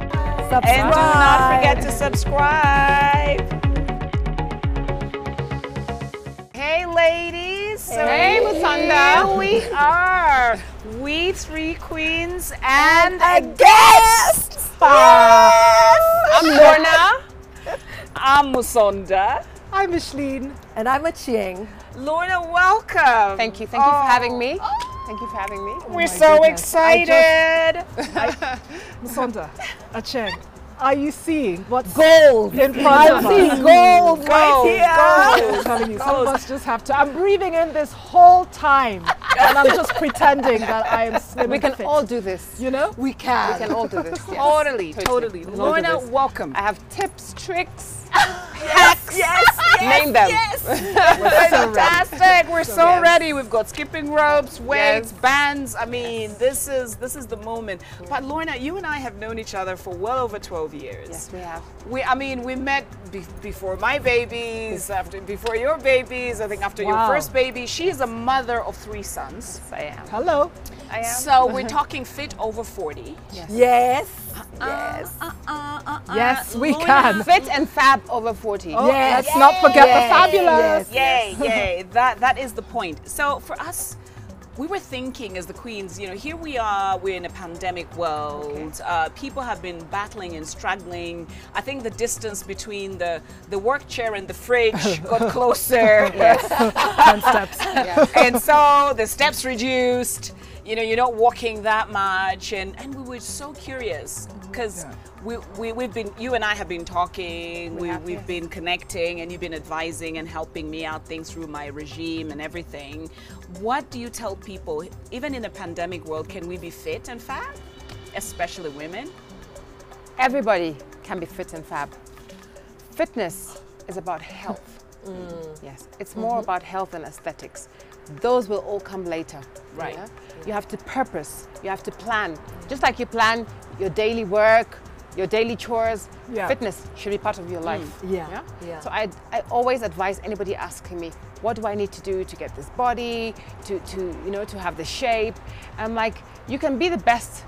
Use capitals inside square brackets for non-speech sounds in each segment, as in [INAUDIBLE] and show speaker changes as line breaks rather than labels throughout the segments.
subscribe.
And do not forget to subscribe. Hey, ladies.
Hey, Masanda.
Here we are. We three queens and,
a guest.
Yes!
I'm Lorna.
I'm Musonda.
I'm Micheline.
And I'm a Ching.
Lorna, welcome.
Thank you. Thank you for having me. Thank you for having me.
We're so excited.
Sonda. Acheng. Are you seeing what's
Gold.
in front of us?
[LAUGHS] Gold.
Go, [LAUGHS] go.
I'm telling you, some of us just have to. I'm breathing in this whole time, and I'm just pretending that I am slim.
We
and
can
fit.
all do this.
you know.
We can.
We can all do [LAUGHS] this. yes.
Totally, totally.
We can all do
Lorna,
this.
welcome.
I have tips, tricks.
Yes,
Name them.
fantastic. We're so
Yes.
ready. We've got skipping ropes, weights,
Yes.
bands. I mean, this is this is the moment. But Lorna, you and I have known each other for well over 12 years.
Yes, we have.
We, I mean, we met be- before my babies, after before your babies. I think after your
Wow.
first baby. She is a mother of three sons.
I am.
Hello.
I am.
So we're talking fit over 40.
Yes.
yes.
yes, we can.
Fit and fab over 40.
yes.
Let's not forget
Yes.
the fabulous.
Yes.
Yay,
[LAUGHS]
yay. That that is the point. So for us, we were thinking as the queens, you know, here we are, we're in a pandemic world. Uh, people have been battling and struggling. I think the distance between the, the work chair and the
[LAUGHS]
fridge got closer.
Ten steps.
and so the steps reduced. You know, you're not walking that much, and, and we were so curious because we, we we've been you and I have been talking, we,
have,
we have
yes.
been connecting, and you've been advising and helping me out things through my regime and everything. What do you tell people, even in a pandemic world, can we be fit and fab, especially women?
Everybody can be fit and fab. Fitness is about health. Yes, it's more about health and aesthetics. Those will all come later. you
Right.
know? You have to purpose, you have to plan. Just like you plan your daily work, your daily chores,
Yeah.
fitness should be part of your life.
Yeah.
Yeah.
So I, I always advise anybody asking me, what do I need to do to get this body, to, to you know, to have the shape? I'm like, you can be the best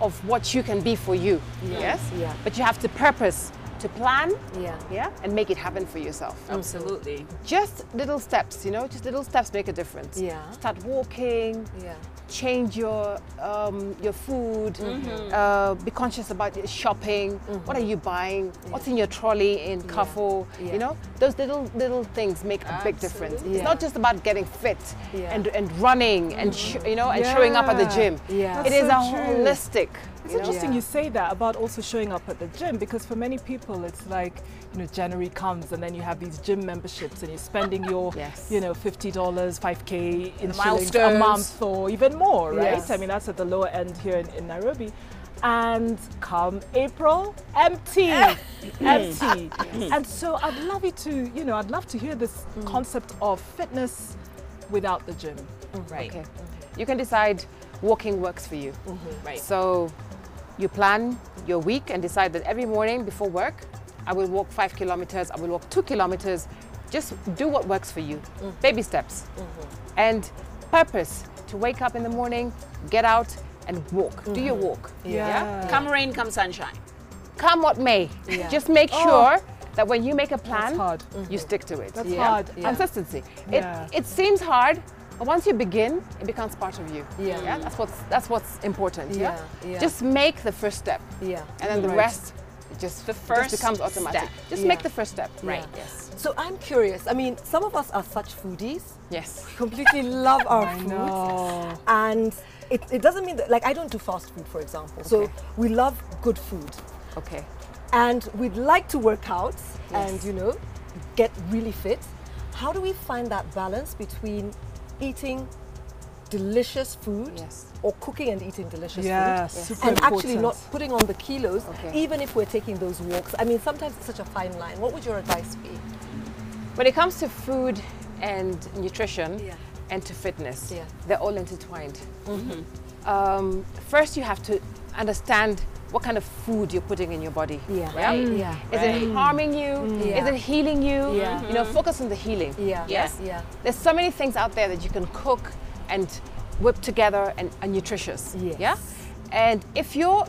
of what you can be for you. Yes?
Yeah.
But you have to purpose to plan
Yeah.
yeah, and make it happen for yourself.
Absolutely.
Just little steps, you know, just little steps make a difference.
Yeah.
Start walking,
Yeah.
change your um, your food,
Mm-hmm.
uh, be conscious about your shopping. What are you buying? What's in your trolley in Carrefour?
Yeah.
You know, those little little things make a big difference.
Absolutely.
It's not just about getting fit
Yeah.
and, and running and sh- you know and showing up at the
Yeah.
gym.
Yeah.
It
That's
is
so
a
true.
holistic.
It's
you know?
interesting
Yeah.
you say that about also showing up at the gym because for many people it's like you know January comes and then you have these gym memberships and you're spending your
Yes.
you know fifty dollars, five k in shillings a
milestones.
month or even more, right?
Yes.
I mean that's at the lower end here in, in Nairobi. And come April,
[LAUGHS]
empty, empty. And so I'd love you to, you know, I'd love to hear this
Mm.
concept of fitness without the gym.
Right.
Okay. You can decide walking works for you.
Mm-hmm. Right.
So you plan your week and decide that every morning before work, I will walk five kilometers, I will walk two kilometers. Just do what works for you. Baby steps. And purpose to wake up in the morning, get out and walk. Do your walk.
Come rain, come sunshine.
Come what may.
Yeah.
Just make sure that when you make a plan,
That's hard.
you stick to it.
That's
Yeah.
hard.
Yeah.
Consistency.
Yeah.
It, it seems hard, but once you begin, it becomes part of you.
Yeah.
that's what's that's what's important. Yeah.
Yeah, yeah.
Just make the first step,
Yeah.
and then the
Right.
rest just
The
just
first
becomes automatic.
step.
Just
Yeah.
make the first step.
Right.
Yeah.
Yes.
So I'm curious. I mean, some of us are such foodies.
Yes.
Completely love our
I
food.
know.
And it, it doesn't mean that, like, I don't do fast food, for example. So
Okay.
we love good food.
Okay.
and we'd like to work out
Yes.
and you know get really fit how do we find that balance between eating delicious food
Yes.
or cooking and eating delicious
Yeah,
food
super
and actually not
important.
putting on the kilos
Okay.
even if we're taking those walks i mean sometimes it's such a fine line what would your advice be
When it comes to food and nutrition
Yeah.
and to fitness,
Yeah. Mm-hmm.
they're all intertwined. Um, first, you have to understand what kind of food you're putting in your body.
Yeah.
Right?
Mm. Yeah.
Is it harming you? Is
Yeah.
it healing you?
Yeah. Mm-hmm.
You know, focus on the healing.
yeah
Yes.
yeah
There's so many things out there that you can cook and whip together and are nutritious.
Yes.
Yeah. And if you're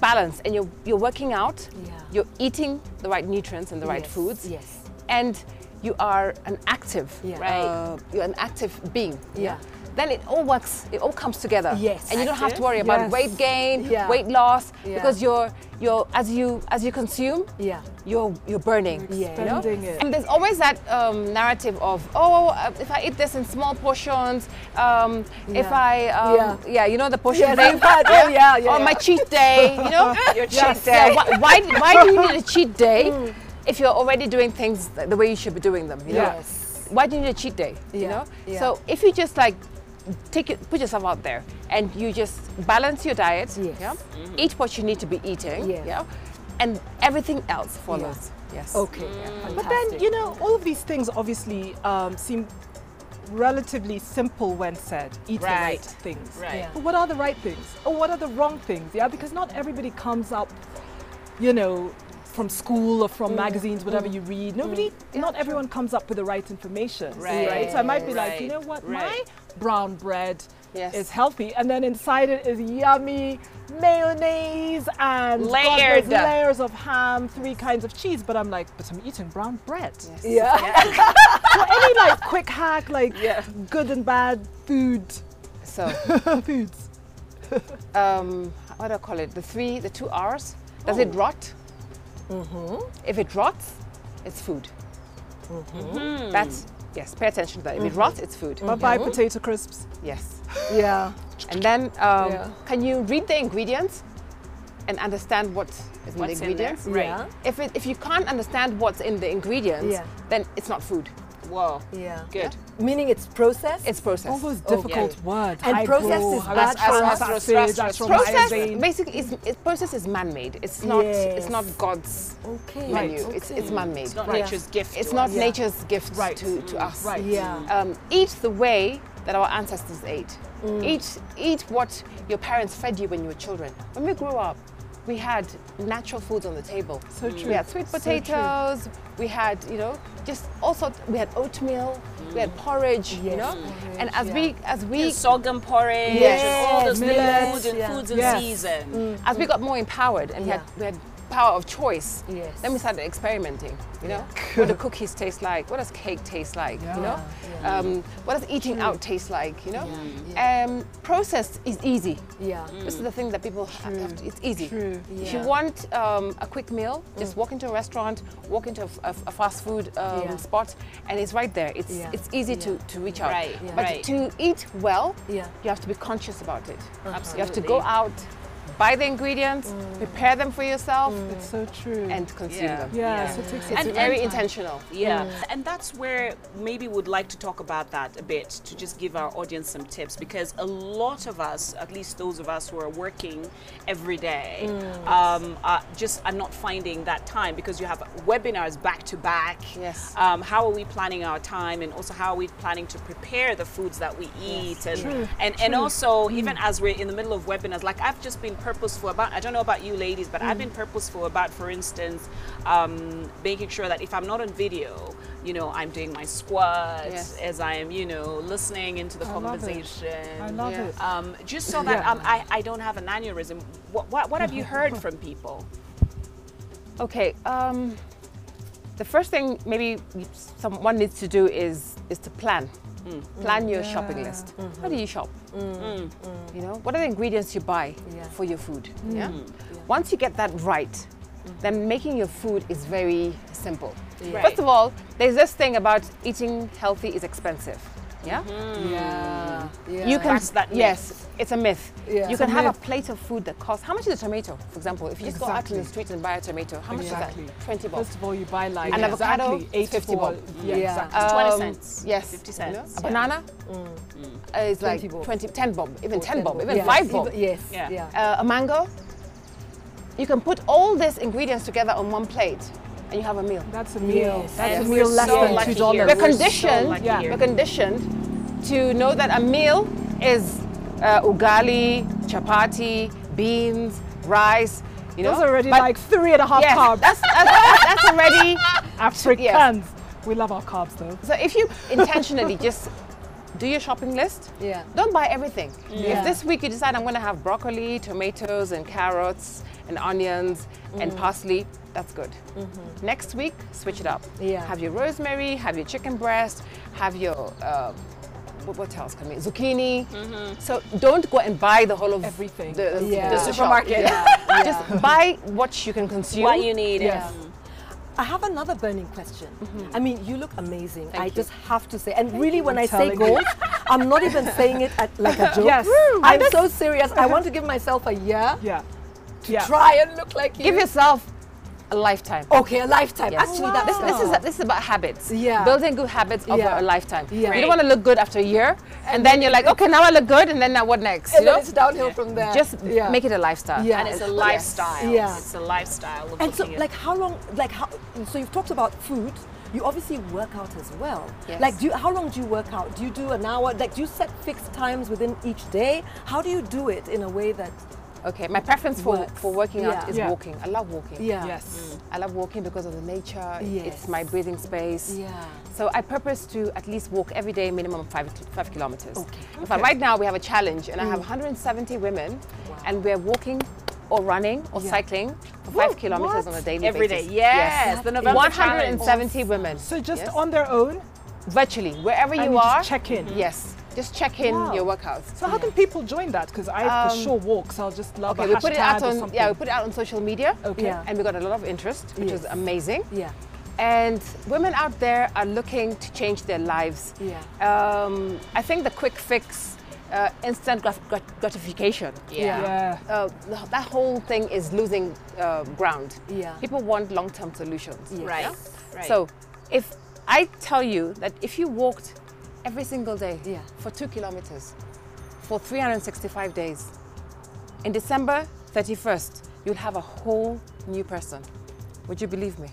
balance and you're, you're working out,
Yeah.
you're eating the right nutrients and the right
Yes,
foods,
yes.
and you are an active,
Yeah.
right? you're an active being.
Yeah.
Then it all works. It all comes together.
Yes.
And you don't have to
Active.
worry about
Yes.
weight gain,
Yeah.
weight loss,
Yeah.
because you're you're as you as you consume,
Yeah.
you're you're burning.
You're
you know?
expending it.
And there's always that um, narrative of oh, uh, if I eat this in small portions, um, if
Yeah.
I um,
Yeah.
yeah. you know the portion
Yes,
thing.
I've
[LAUGHS]
heard. Oh, [LAUGHS] yeah, yeah,
On my
yeah.
cheat day, you
[LAUGHS]
know. Your cheat [LAUGHS]
day. Hmm.
why, why, why do you
[LAUGHS]
need a cheat day if you're already doing things th- the way you should be doing them? You know?
Yes.
Why do you need a cheat day? You
Yeah,
know.
yeah.
So if you just like take it, put yourself out there, and you just balance your diet.
Yes. Mm-hmm.
Yeah. Eat what you need to be eating.
Yes.
Yeah. And everything else follows. Yes.
Okay.
But then, you know, all of these things obviously um, seem relatively simple when said. Eat the right
Right.
things.
Right.
Yeah.
But what are the right things? Or what are the wrong things? Yeah, because not everybody comes up, you know, from school or
Mm.
from magazines, whatever you read. Nobody, not everyone comes up with the right information.
Right.
So I might be like,
Right.
you know what,
Right.
my brown bread.
Yes.
Is healthy, and then inside it is yummy mayonnaise and God knows
Layered.
layers of ham, three kinds of cheese. But I'm like, but I'm eating brown bread
Yeah.
any like quick hack, like good and bad food [LAUGHS]
So,
foods.
um, what do I call it? The three, the two R's. Does it rot? Mm-hmm. If it rots, it's food. Mm-hmm. That's yes. Pay attention to that. If it rots, it's food.
Bye bye potato crisps.
Yes.
Yeah.
And then, um,
Yeah.
can you read the ingredients and understand what is in
What's
the
in there?
ingredients?
Right.
Yeah.
If it, if you can't understand what's in the ingredients,
Yeah.
then it's not food.
Whoa.
Yeah.
Good.
Meaning it's processed.
It's processed.
All those difficult words.
And
Hydro,
processed is
hydro-
bad for
hydro-
us.
sausage, hydro-
process
hydro-
basically is it, process is man-made. It's not
Yes.
it's not God's
okay.
menu. It's it's man-made.
It's not
Right.
nature's gift.
It's
to
not
us.
Yeah.
nature's gift
Right.
to, to us.
Right.
Yeah.
Um, eat the way that our ancestors ate. Eat, eat what your parents fed you when you were children. When we grew up, we had natural foods on the table.
So true.
We had sweet
So true.
potatoes. we had, you know, just also we had oatmeal. We had porridge. You
Yes,
know,
porridge,
and as
yeah.
we as we
sorghum porridge
Yes.
and all those
Millets,
foods and
yeah.
foods in
Yes.
season.
as we got more empowered and
Yeah.
we, had, we had power of choice,
Yes.
then we started experimenting. You know, what do cookies taste like? What does cake taste like? You know, um, what does eating out taste like? You know, Um, processed is easy.
Yeah.
This is the thing that people ha- have to, it's easy.
True.
If you
Yeah. Mm.
want um, a quick meal, just walk into a restaurant, walk into a, f- a f- a fast food um,
Yeah.
spot, and it's right there. It's,
Yeah.
it's easy to, to reach out.
Right, yeah.
But
Right.
to eat well,
Yeah.
you have to be conscious about it. You have to
Absolutely.
go out, buy the ingredients,
Mm.
prepare them for yourself,
It's so true.
and consume
Yeah.
them.
yeah,
Yeah.
so it takes
It's
a
very intentional.
Yeah, and that's where maybe we'd like to talk about that a bit to just give our audience some tips because a lot of us, at least those of us who are working every day, um, are just are not finding that time because you have webinars back to back.
Yes.
Um, how are we planning our time, and also how are we planning to prepare the foods that we eat, and and and also even as we're in the middle of webinars, like I've just been purposeful about. I don't know about you ladies, but I've been purposeful about, for instance, um, making sure that if I'm not on video, you know, I'm doing my squats
Yes.
as I am, you know, listening into the
I love it.
conversation.
I love
Yeah.
it.
Um, just so that um, I, I don't have an aneurysm. What, what, what have you heard from people?
Okay. Um, the first thing maybe you- someone needs to do is is to plan.
Mm.
Mm.
Plan your shopping
Yeah.
list.
Mm-hmm.
How do you shop? You know, what are the ingredients you buy
Yeah. Mm.
for your food? Yeah?
Mm.
Once you get that right, then making your food is very simple.
Right.
First of all, there's this thing about eating healthy is expensive. Yeah.
Yeah. Uh, Yeah.
You can
That's Mm-hmm. that myth.
yes, it's a myth.
Yeah.
You
It's
can
a
have
myth.
a plate of food that costs. How much is a tomato, for example? If you just go out in the
Exactly.
street and buy a tomato, how much
Exactly.
is that? Twenty bob.
First of all, you buy like
An avocado,
exactly eight
50
for-
bob.
Yeah,
Yeah.
exactly.
It's 20
Um,
cents.
Yes.
50 cents.
A banana uh, is like
20 bob.
20, 10 bob, even 10 bob, even
Yeah.
5 bob.
Even- Yes.
Yeah.
Yeah.
Uh, a mango. You can put all these ingredients together on one plate and you have a meal.
That's a meal.
Yes.
That's
And
a meal
we're
less
so
than
lucky
two
here.
dollars.
We're
We're so
conditioned,
lucky
Yeah. here.
we're conditioned to know that a meal is uh, ugali, chapati, beans, rice. You know,
Those are already
But-
like three and a half
yes,
carbs.
That's, that's, that's already
[LAUGHS] Africans. We love our carbs though.
So if you intentionally just do your shopping list.
Yeah.
Don't buy everything.
Yeah.
If this week you decide I'm going to have broccoli, tomatoes, and carrots, and onions, and parsley, that's good. Next week, switch it up.
Yeah.
Have your rosemary, have your chicken breast, have your. Uh, what what else can we? Zucchini. So don't go and buy the whole of
Everything.
The,
Yeah.
the
The
shop.
supermarket.
Yeah. [LAUGHS] Just buy what you can consume.
What you need.
Yes.
um,
I have another burning question. I mean, you look amazing. I
Mm-hmm. you.
just have to say, and really, when I say
telling you.
gold, I'm not even saying it at, like
[LAUGHS]
a joke.
Yes.
I'm so serious. I want to give myself a year
Yeah.
to
yeah.
try and look like you.
Give yourself a lifetime.
okay a lifetime.
Yes.
Actually, that's
This, this
all.
is this is about habits.
Yeah.
Building good habits over
Yeah.
a lifetime.
Yeah.
You
Right.
don't want to look good after a year, and then you're like, okay, now I look good, and then now what next? You
and then
know,
it's downhill from there.
just
Yeah.
make it a lifestyle.
Yeah.
And it's a
Yes.
lifestyle.
Yeah.
It's a lifestyle. Of
And so,
looking at-
like, how long? Like, how? So you've talked about food. You obviously work out as well.
Yes.
Like, do you, how long do you work out? Do you do an hour? Like, do you set fixed times within each day? How do you do it in a way that?
Okay. My preference for,
Works.
for working out
Yeah.
is
Yeah.
walking. I love walking.
Yeah.
Yes.
I love walking because of the nature.
Yes.
It's my breathing space.
Yeah.
So I purpose to at least walk every day, minimum five five kilometers.
Okay.
In fact, right now we have a challenge, and I
Mm.
have 170 women, and we're walking or running or
Yeah.
cycling for five
Woo,
kilometers
what?
on a daily
Every
basis.
day. Yes.
That
The
is
November challenge.
170 women.
So just
Yes.
on their own,
virtually wherever
and
you
you just
are.
check in.
Yes, just check in
Wow.
your workouts.
So how can people join that? Because I for sure walk, so I'll just love
Um, Okay,
a
we
hashtag
put it out
or
on
something.
yeah, we put it out on social media.
Okay.
Yeah.
And we got a lot of interest, which is
Yes.
amazing.
Yeah.
And women out there are looking to change their lives.
Yeah.
Um, I think the quick fix, uh, instant grat- grat- gratification.
Yeah.
Yeah.
Uh, th- that whole thing is losing uh, ground.
Yeah.
People want long-term solutions.
Yeah.
Right. Right.
So if I tell you that if you walked every single day
Yeah.
for two kilometers for 365 days, in December 31st, you'll have a whole new person. Would you believe me?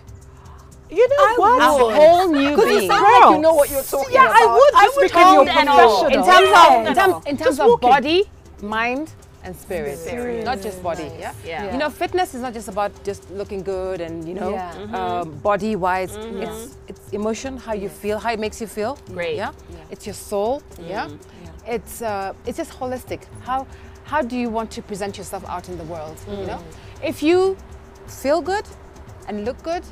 You know what?
A whole new
Because you
being.
sound
Girl.
like you know what you're talking
yeah,
about.
I would. Just
would
became your
hold and all.
professional.
In terms of, in
Yeah.
terms, in terms
Just
of
walking.
body, mind, and spirit,
Spirit.
not just body. Yeah?
Yeah.
you know, fitness is not just about just looking good and you know,
Yeah. Mhm.
um, body-wise. It's it's emotion, how you feel, how it makes you feel.
Great.
Yeah, it's your soul. Yeah, it's uh, it's just holistic. How how do you want to present yourself out in the world? You know, if you feel good and look good,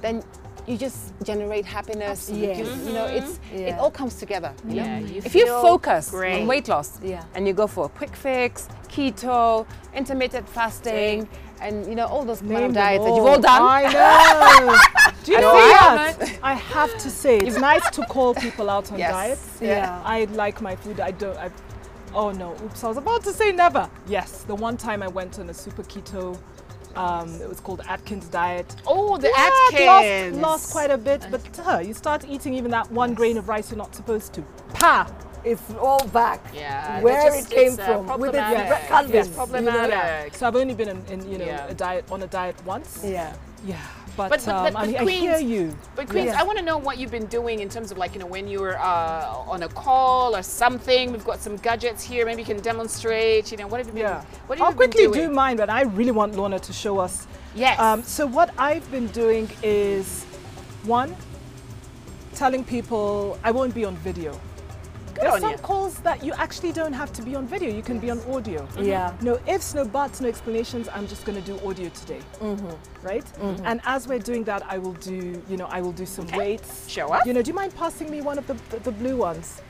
then you just generate happiness. You-
Yes.
You, you know, it's it
Yeah.
all comes together. You know,
Mm-hmm. Yeah, you
if you
feel
focus
great.
on weight loss,
Yeah.
and you go for a quick fix, keto, intermittent fasting, and you know all those kind
Name
of
them
diets that you've all done.
I know.
[LAUGHS]
Do you
I
know
know I
what? I have to say, it's nice to call people out on
[LAUGHS] Yes.
diets.
Yeah. Yeah.
I like my food. I don't. I, oh no! Oops! I was about to say never. Yes, the one time I went on a super keto. Um, it was called Atkins diet.
Oh, the
Yeah, it
Atkins.
Lost, lost quite a bit, but uh, you start eating even that one grain of rice you're not supposed to. Pa!
It's all back.
Yeah,
Where it
it's-
came
it's, uh,
from. with its
problematic.
re- canvas,
It's
you know?
problematic.
So I've only been in, in you know
Yeah.
a diet on a diet once.
Yeah.
Yeah, but,
But- but-
um,
but-
I,
but
mean, I
Queens-
hear you.
But Queens,
Yeah.
I want to know what you've been doing in terms of like you know when you were uh, on a call or something. We've got some gadgets here. Maybe you can demonstrate. You know what have you been?
Yeah.
What have
I'll
you been
quickly do
doing?
mine, but I really want Lorna to show us.
Yes.
Um, so what I've been doing is one, telling people I won't be on video. There's
on
some
you.
calls that you actually don't have to be on video. You can be on audio.
Yeah.
No ifs, no buts, no explanations. I'm just going to do audio today.
Mm-hmm.
Right? And as we're doing that, I will do, you know, I will do some weights.
Show us.
You know, do you mind passing me one of the the, the blue ones?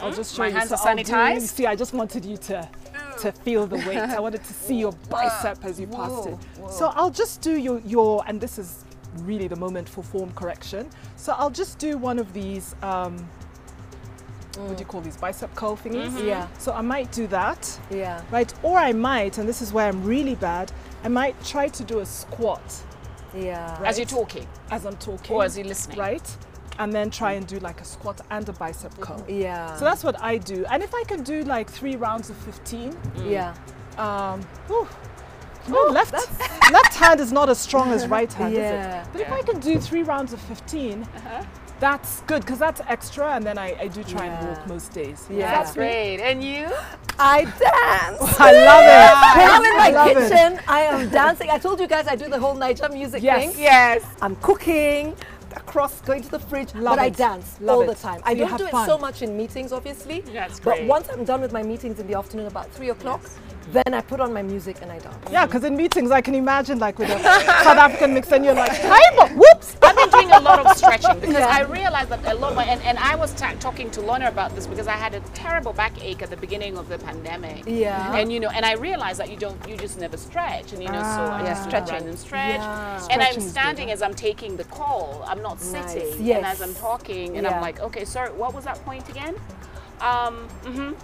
I'll just
Mm-hmm.
show
My
you.
hands are
I'll do-
sanitized.
see, I just wanted you to to feel the
[LAUGHS]
weight. I wanted to see your bicep as you passed it. So I'll just do your your and this is really the moment for form correction. So I'll just do one of these. Um, What do
Mm.
you call these bicep curl thingies?
Mm-hmm.
Yeah.
So I might do that,
Yeah.
right? Or I might, and this is where I'm really bad. I might try to do a squat
Yeah.
As you're talking,
as I'm talking,
or as you're listening.
right? And then try and do like a squat and a bicep curl.
Yeah.
So that's what I do. And if I can do like three rounds of 15,
yeah.
um, whew, you know, left, [LAUGHS] left hand is not as strong as right hand,
Yeah.
is it? But
Yeah.
if I can do three rounds of 15, that's good because that's extra. And then I, I do try and
Yeah.
walk most days.
Yeah.
That's
That's great. And you?
I dance.
I love it.
I'm in my
I love it.
kitchen. I am dancing. I told you guys I do the whole Niger music
Yes.
thing.
Yes.
I'm cooking. across, going to the fridge.
Love
but I
it.
dance
Love
all
it.
the time.
So
I
you
don't
have
do it
fun.
so much in meetings, obviously.
That's
But
great.
once I'm done with my meetings in the afternoon, about three o'clock, then I put on my music and I dance.
Yeah, because in meetings, I can imagine like
[LAUGHS]
with a South African mix, and you're like, hey, but whoops.
I've been doing a lot of stretching because I realized that a lot. Of my, and, and I was ta- talking to Lorna about this because I had a terrible backache at the beginning of the pandemic.
Yeah.
And you know, and I realized that you don't, you just never stretch, and you know, so
Ah,
I just
Yeah.
stretch and stretch.
Yeah.
And I'm
Stretching is good,
standing as I'm taking the call. I'm not sitting.
Yes.
And as I'm talking, and
Yeah.
I'm like, okay, sorry, what was that point again? Um. Mhm.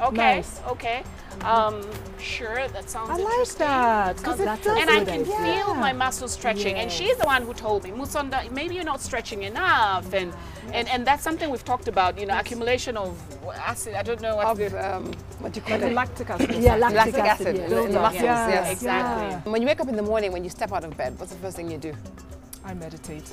Okay.
Nice.
Okay. Um. Sure. That sounds
I like
interesting.
that. Because Oh, it
That's
does.
a
and I
good
can
idea.
feel my muscles stretching. And
Yes.
she's the one who told me, Musonda, maybe you're not stretching enough. And and, and that's something we've talked about, you know, accumulation of acid. I don't know what
Of,
the
um, what do you call
Like the
it?
lactic acid.
Yeah, lactic,
Lactic acid
yeah.
in the- in the
buildup.
muscles.
Yeah.
Yes.
exactly.
Yeah.
When you wake up in the morning, when you step out of bed, what's the first thing you do?
I meditate.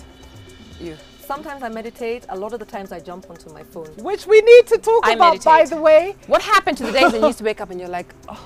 You.
Sometimes I meditate. A lot of the times I jump onto my phone.
Which we need to talk
I
about, by
meditate.
the way.
What happened to the days when you used to wake up and you're like, oh,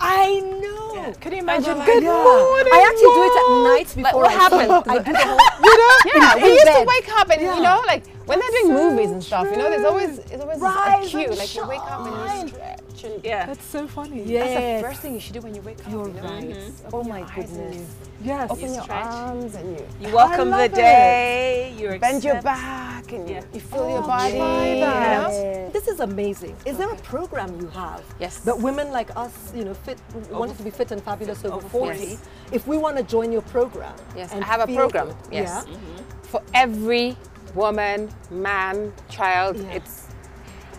I know. Can you imagine?
my
Good
God.
morning.
I actually do it at night
like
before
what
I sleep.
happened?
I do the whole
you know? Yeah,
in
we used to
bed.
wake up and you know, like when they're doing
so
movies and stuff, you know, there's always there's always
Rise
a cue.
and
Like you wake up and you stretch and
Yeah.
That's so funny.
[LAUGHS] Yeah.
That's the
Yes.
first thing you should do when you wake up.
You're
you know?
right.
Open
Oh
your
my
eyes and
goodness.
you
Yes.
Open your
stretch.
arms and you
You welcome
love
the
it.
day. You're
bend your
accept-
back and you,
Yeah.
you feel your body. you
that.
know?
This is amazing. Is there a program you have?
Yes.
That women like us, you know, fit wanted to be fit and fabulous over, 40.
Yes.
If we want to join your program.
Yes,
and
I have a
feel
program.
good,
Yes. Mm-hmm.
Yeah.
For every woman, man, child,
Yeah.
it's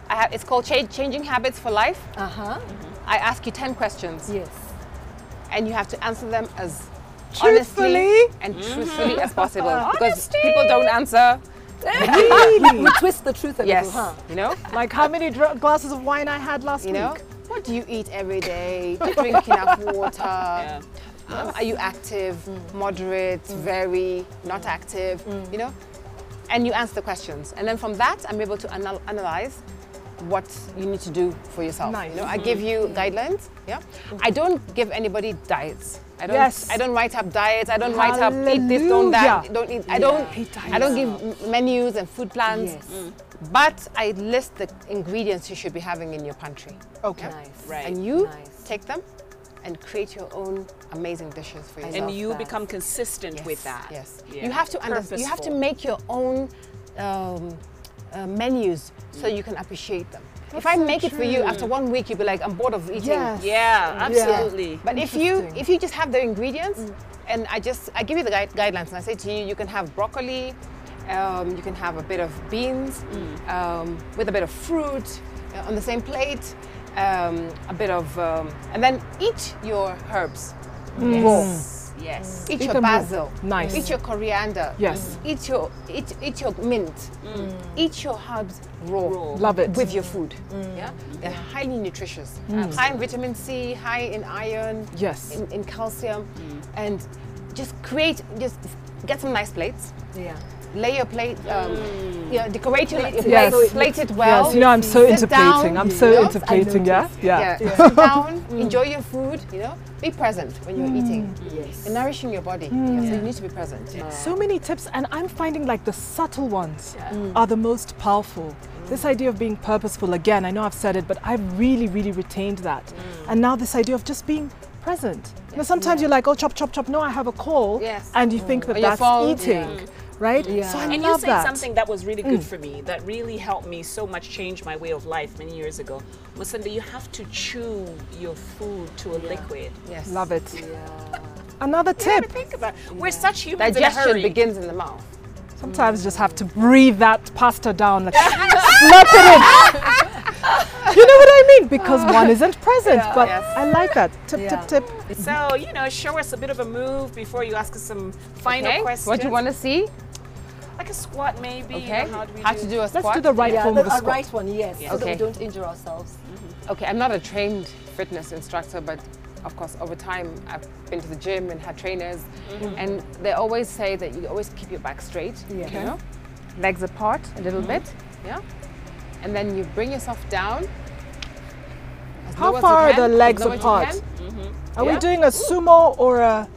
I have, it's called Cha- Changing Habits for Life.
Uh huh.
I ask you 10 questions
Yes.
and you have to answer them as
Truthfully.
honestly and truthfully as possible [LAUGHS] because people don't answer.
Really? we twist the truth a
Yes,
little, huh?
you know?
Like how many dr- glasses of wine I had last
You
week.
know? What do you eat every [LAUGHS] day? Do you drink enough water?
Yeah.
Um, are you active, moderate, very, not active?
Mm.
You know? And you answer the questions. And then from that, I'm able to anal- analyze what you need to do for yourself.
Nice. Mm-hmm.
You know, I give you guidelines. Yeah. I don't give anybody diets. I don't,
Yes.
I don't write up diets. I don't write up eat this, don't that.
Hallelujah.
Don't eat. I don't.
Hate diets.
I don't give m- menus and food plans.
Yes.
But I list the ingredients you should be having in your pantry.
Okay.
Nice.
Right.
And you
Nice.
take them and create your own amazing dishes for yourself.
and you
that.
become consistent with that.
Yes.
Yeah.
You have to understand. You have to
Purposeful.
make your own um, uh, menus
Mm.
so you can appreciate them. if I make it for you, after one week, you'll be like, I'm bored of eating.
Yes.
Yeah,
Yeah.
absolutely.
But if you
Interesting. Mm.
if you just have the ingredients, and I just I give you the guide, guidelines, and I say to you, you can have broccoli, um, you can have a bit of beans
Mm.
um, with a bit of fruit uh, on the same plate, um, a bit of, um, and then eat your herbs.
Yes. Yes.
Eat,
Eat
your
them raw.
basil.
Nice.
Eat your coriander. Mm.
Yes. Mm.
Eat your eat, eat your mint. Mm. Eat your herbs raw.
Love it.
With your food. Yeah. They're highly nutritious.
Mm.
High in vitamin C, high in iron.
Yes.
In, in calcium. And just create just get some nice plates.
Yeah.
Lay your plate, um,
Mm.
you know, decorate your, your
Yes.
plate, plate it well.
yes, you know, I'm so
Sit
into plating.
down.
I'm so
Yes, I
into plating, yeah? Yeah. Mm.
yeah. Sit
[LAUGHS]
down, enjoy your food, you know, be present when you're eating.
Yes.
You're nourishing your body.
Mm.
So you need to be present.
So many tips, and I'm finding like the subtle ones are the most powerful. This idea of being purposeful, again, I know I've said it, but I've really, really retained that.
Mm.
And now this idea of just being present. You know, sometimes you're like, oh, chop, chop, chop. No, I have a call.
Yes.
And you think that
On your
that's
phone.
eating, right? So I
and you
love
said
that.
something that was really
Mm.
good for me that really helped me so much change my way of life many years ago was that you have to chew your food to a liquid
Yes.
Love it.
Yeah.
Another
You gotta
tip.
think about it. we're such humans in a
Digestion
hurry.
begins in the mouth.
Sometimes you just have to breathe that pasta down, like slurp it in. you know what I mean? Because one isn't present. but
Yes.
I like that. Tip,
Yeah.
tip, tip.
so you know show us a bit of a move before you ask us some final
Okay.
questions
What you want to see?
like a squat maybe you
Okay.
know, how do we
to do a
Let's
squat.
do the right
Yeah,
form
the,
of the
uh,
a
squat.
right one, yes, so that we
Okay.
don't injure ourselves.
Okay, I'm not a trained fitness instructor, but of course, over time, I've been to the gym and had trainers,
Mm-hmm.
and they always say that you always keep your back straight,
Yeah.
you know, legs apart a little
Mm-hmm.
bit, yeah, and then you bring yourself down. as
How
low as you
far are
can,
the
as
legs
low as you
apart? Mm-hmm.
can.
Are we
Yeah.
doing a sumo or a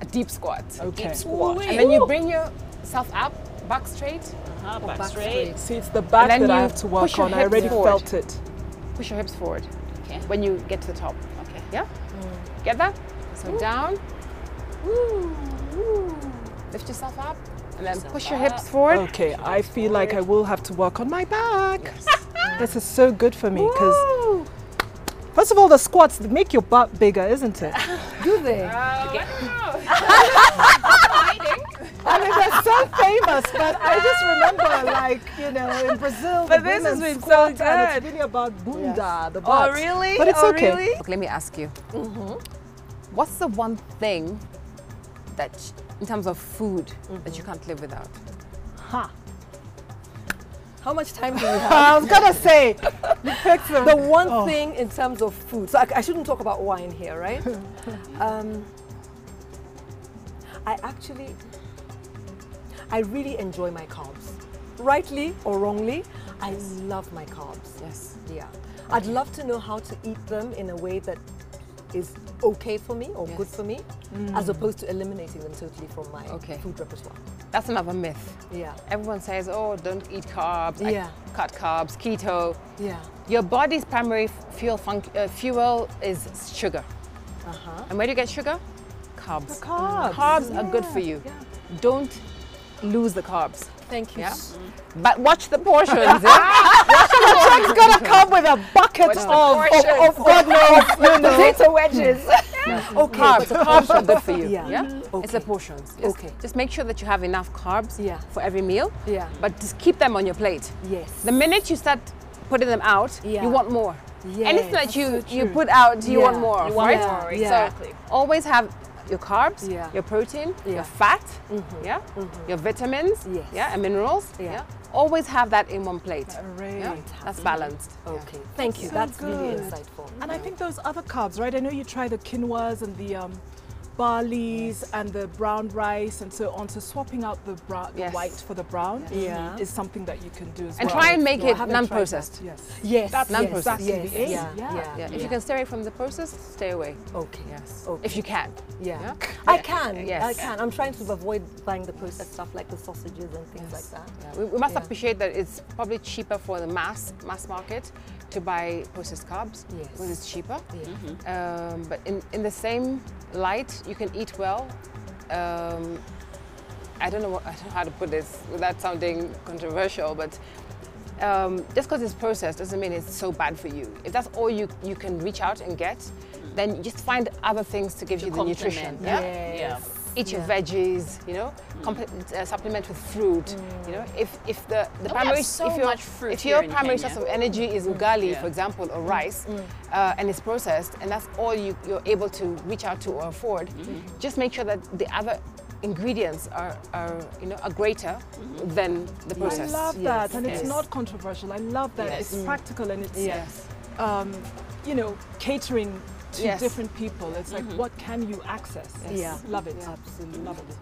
A deep squat.
okay?
squat
And then you bring yourself up back straight,
Uh-huh, back,
back
straight.
straight.
See, it's the back
then
that I
you
have to work
push your
on. I
hips
already
forward.
felt it.
push your hips forward
Okay.
when you get to the top.
Okay.
Yeah? Get that? So down. Lift yourself up and then
Yourself
push your
up.
hips forward.
Okay, I feel like I will have to work on my back. this is so good for me because,
Woo!
first of all, the squats make your butt bigger, isn't
[LAUGHS]
it?
Do they?
I mean, they're so famous, but I just remember, like, you
[LAUGHS]
know, in Brazil,
But
the
this has
women
been so
squat and
good.
it's really about bunda, the
Oh
butt.
really?
But it's
oh,
okay.
Really?
Look, let me ask you. What's the one thing that, in terms of food, that you can't live without?
How much time do
[LAUGHS]
we have?
I was gonna say,
[LAUGHS]
the one
Oh.
thing in terms of food. So I, I shouldn't talk about wine here, right?
[LAUGHS]
um, I actually, I really enjoy my carbs. Rightly or wrongly, I love my carbs.
Yes.
Yeah. I'd love to know how to eat them in a way that is okay for me or good
Yes. Mm.
for me, as opposed to eliminating them totally from my
Okay.
food repertoire.
That's another myth.
Yeah.
Everyone says, oh, don't eat carbs. I
Yeah.
cut carbs, keto.
Yeah.
Your body's primary f- fuel, func- uh, fuel is sugar.
Uh-huh.
And where do you get sugar? Carbs.
carbs,
are good for you.
yeah.
Don't lose the carbs.
Thank you.
Yeah. But watch the
[LAUGHS]
portions. yeah?
it's gonna come with a bucket
What's
of,
the
of,
portion?
of God knows,
[LAUGHS]
you know.
Potato wedges. okay. but
carbs.
the
Carbs are good for you.
Yeah. Mm-hmm.
Yeah. It's the
Okay.
portions. Just-
Okay.
Just make sure that you have enough carbs
Yeah.
for every meal.
Yeah.
But just keep them on your plate.
Yes.
The minute you start putting them out,
Yeah.
you want more.
Yes,
Anything that
that's
you,
so
you
true.
put out, you want
Yeah,
more.
you want
right?
more,
So
exactly.
always have your carbs,
Yeah.
your protein,
Yeah. Mm-hmm.
your fat, yeah, your vitamins,
Yes.
yeah, and minerals.
Yeah.
Always have that in one plate.
Hooray.
Yeah? That's balanced.
Okay, thank you.
So
That's really
good.
insightful.
And I think those other carbs, right? I know you try the quinoas and the um, barleys and the brown rice and so on. So swapping out the, brown, the
Yes.
white for the brown Mm-hmm.
Yeah.
is something that you can do as
And
well.
try and make
No, I
it
haven't tried that.
non-processed.
Yes.
Yes,
That's
yes,
exactly
yes,
the aim.
Yeah, yeah,
Yeah.
yeah.
Yeah. If you can stay away from the process, stay away.
Okay.
Yes.
Okay.
If you can.
Yeah.
Yeah?
I can.
Yes.
I can. I'm trying to avoid buying the processed stuff like the sausages and things like that.
Yeah, We, we must
Yeah.
appreciate that it's probably cheaper for the mass mass market to buy processed carbs
Yes.
because it's cheaper.
Yeah.
Um, but in, in the same light, you can eat well. Um, I don't know what, [LAUGHS] I don't know how to put this without sounding controversial, but um, just because it's processed doesn't mean it's so bad for you. If that's all you, you can reach out and get, then just find other things to give you the nutrition.
Compliment.
Yeah?
Yeah. Mm.
eat your veggies, you know, compl- uh, supplement with fruit, you know. If if the, the
have
primary
so
if your
much fruit
if your
here in
primary
Kenya. Mm.
source of energy is ugali,
Yeah. Mm.
for example, or rice, uh, and it's processed, and that's all you, you're able to reach out to or afford,
Mm.
just make sure that the other ingredients are, are you know are greater
Mm-hmm.
than the
I
processed.
love
Yes,
that, and
yes.
it's not controversial. I love that.
Yes. Mm.
It's practical and it's,
Yes.
um, you know, catering to
Yes. Mm-hmm.
different people. It's like, what can you access?
Yes. Yeah.
Love it.
Absolutely.
Love it.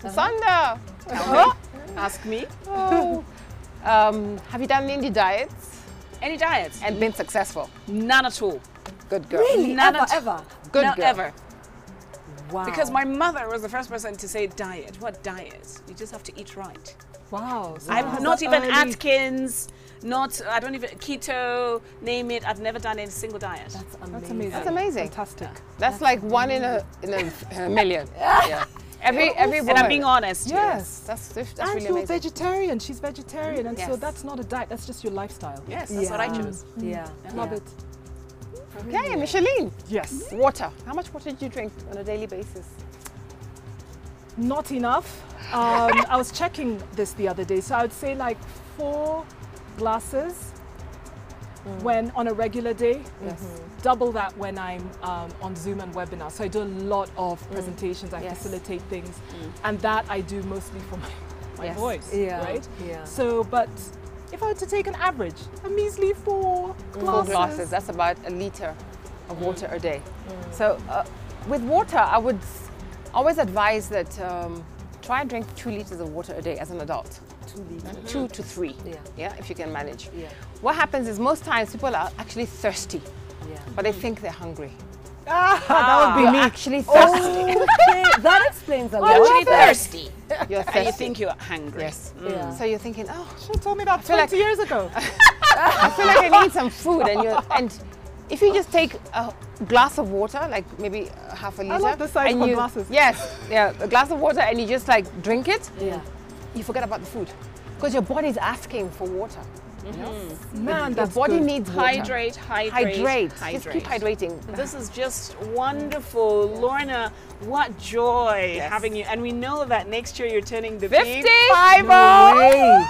Sanda,
[LAUGHS] Ask me.
oh, [LAUGHS] um, have you done Indian diets
Any diet?
and been successful?
None at all.
Good girl.
Really?
None
ever,
at-
ever.
Good
None
girl.
ever.
Wow.
Because my mother was the first person to say diet. What diet? You just have to eat right.
Wow. so
I'm
that's
not even
early.
Atkins, not I don't even keto, name it. I've never done any single diet.
that's amazing.
That's amazing.
That's amazing.
Fantastic.
That's like one in a in a, in a [LAUGHS] million. yeah. Every every woman.
and I'm being honest.
Yes.
That's that's
and
really
you're
amazing.
vegetarian. She's vegetarian, and so
Yes.
that's not a diet. That's just your lifestyle.
Yes, that's what I
Yeah.
chose.
Yeah.
Love
yeah.
it.
Okay, Micheline.
Yes.
Water. How much water do you drink on a daily basis?
Not enough.
[LAUGHS]
Um, I was checking this the other day, so I would say like four glasses when on a regular day.
Mm.
Mm-hmm.
Yes.
Double that when I'm um, on Zoom and webinars. So I do a lot of presentations. I
Mm. Yes. Mm.
facilitate things, and that I do mostly for my, my
Yes.
voice,
Yeah.
right?
Yeah.
So, but if I were to take an average, a measly four
Four
glasses. Mm.
glasses. That's about a liter of water a day. So uh, with water, I would s- always advise that um, try and drink two liters of water a day as an adult. Mm-hmm.
Two liters.
Two to three.
Yeah.
Yeah, if you can manage.
Yeah.
What happens is most times people are actually thirsty,
Yeah. [LAUGHS]
but they think they're hungry.
Mm. Ah, that would be
You're
me. Oh.
actually thirsty.
Okay, that explains a lot.
Actually thirsty.
You're
and you
thirsty.
think you're hungry.
Yes.
Yeah.
So you're thinking, oh,
She told me that
feel
20
like-
years
[LAUGHS]
ago.
I feel like I need some food, and you and if you just take a glass of water, like maybe a half a liter,
love the size
and
for
you,
glasses.
Yes, yeah, a glass of water, and you just like drink it.
Yeah.
You forget about the food because your body's asking for water.
Man,
Your
Ah, that's
body
good.
needs water.
Hydrate, hydrate,
Hydrate. Just keep hydrating.
This is just wonderful, Lorna. What joy
Yes.
having you! And we know that next year you're turning the
50?
big
Five [LAUGHS]
Now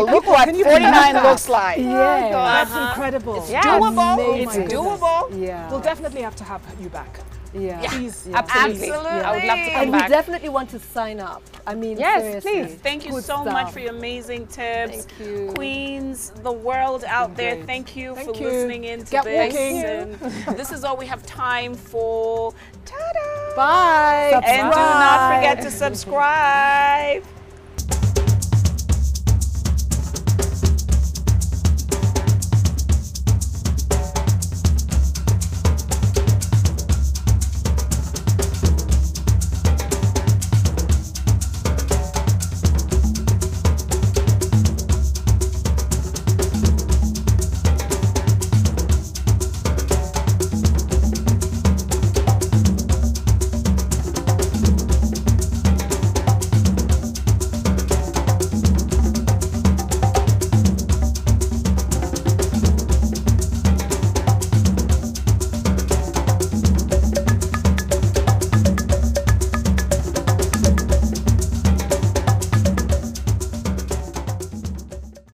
look what
49 looks like.
Oh
Yeah, that's
Uh-huh.
incredible.
Yeah.
Doable.
amazing. Oh my
it's
goodness.
doable.
Yeah.
We'll definitely have to have you back.
yeah.
Please.
Absolutely. I would love to
And
come
we
back.
definitely want to sign up. I mean,
Yes,
seriously.
please.
Thank you
Good
so
stuff.
much for your amazing tips.
Thank you.
Queens, the world out there,
great.
thank you
Thank
for
you.
listening in to
Get
this.
walking. [LAUGHS]
And this is all we have time for. Ta-da!
Bye.
And do not forget to subscribe.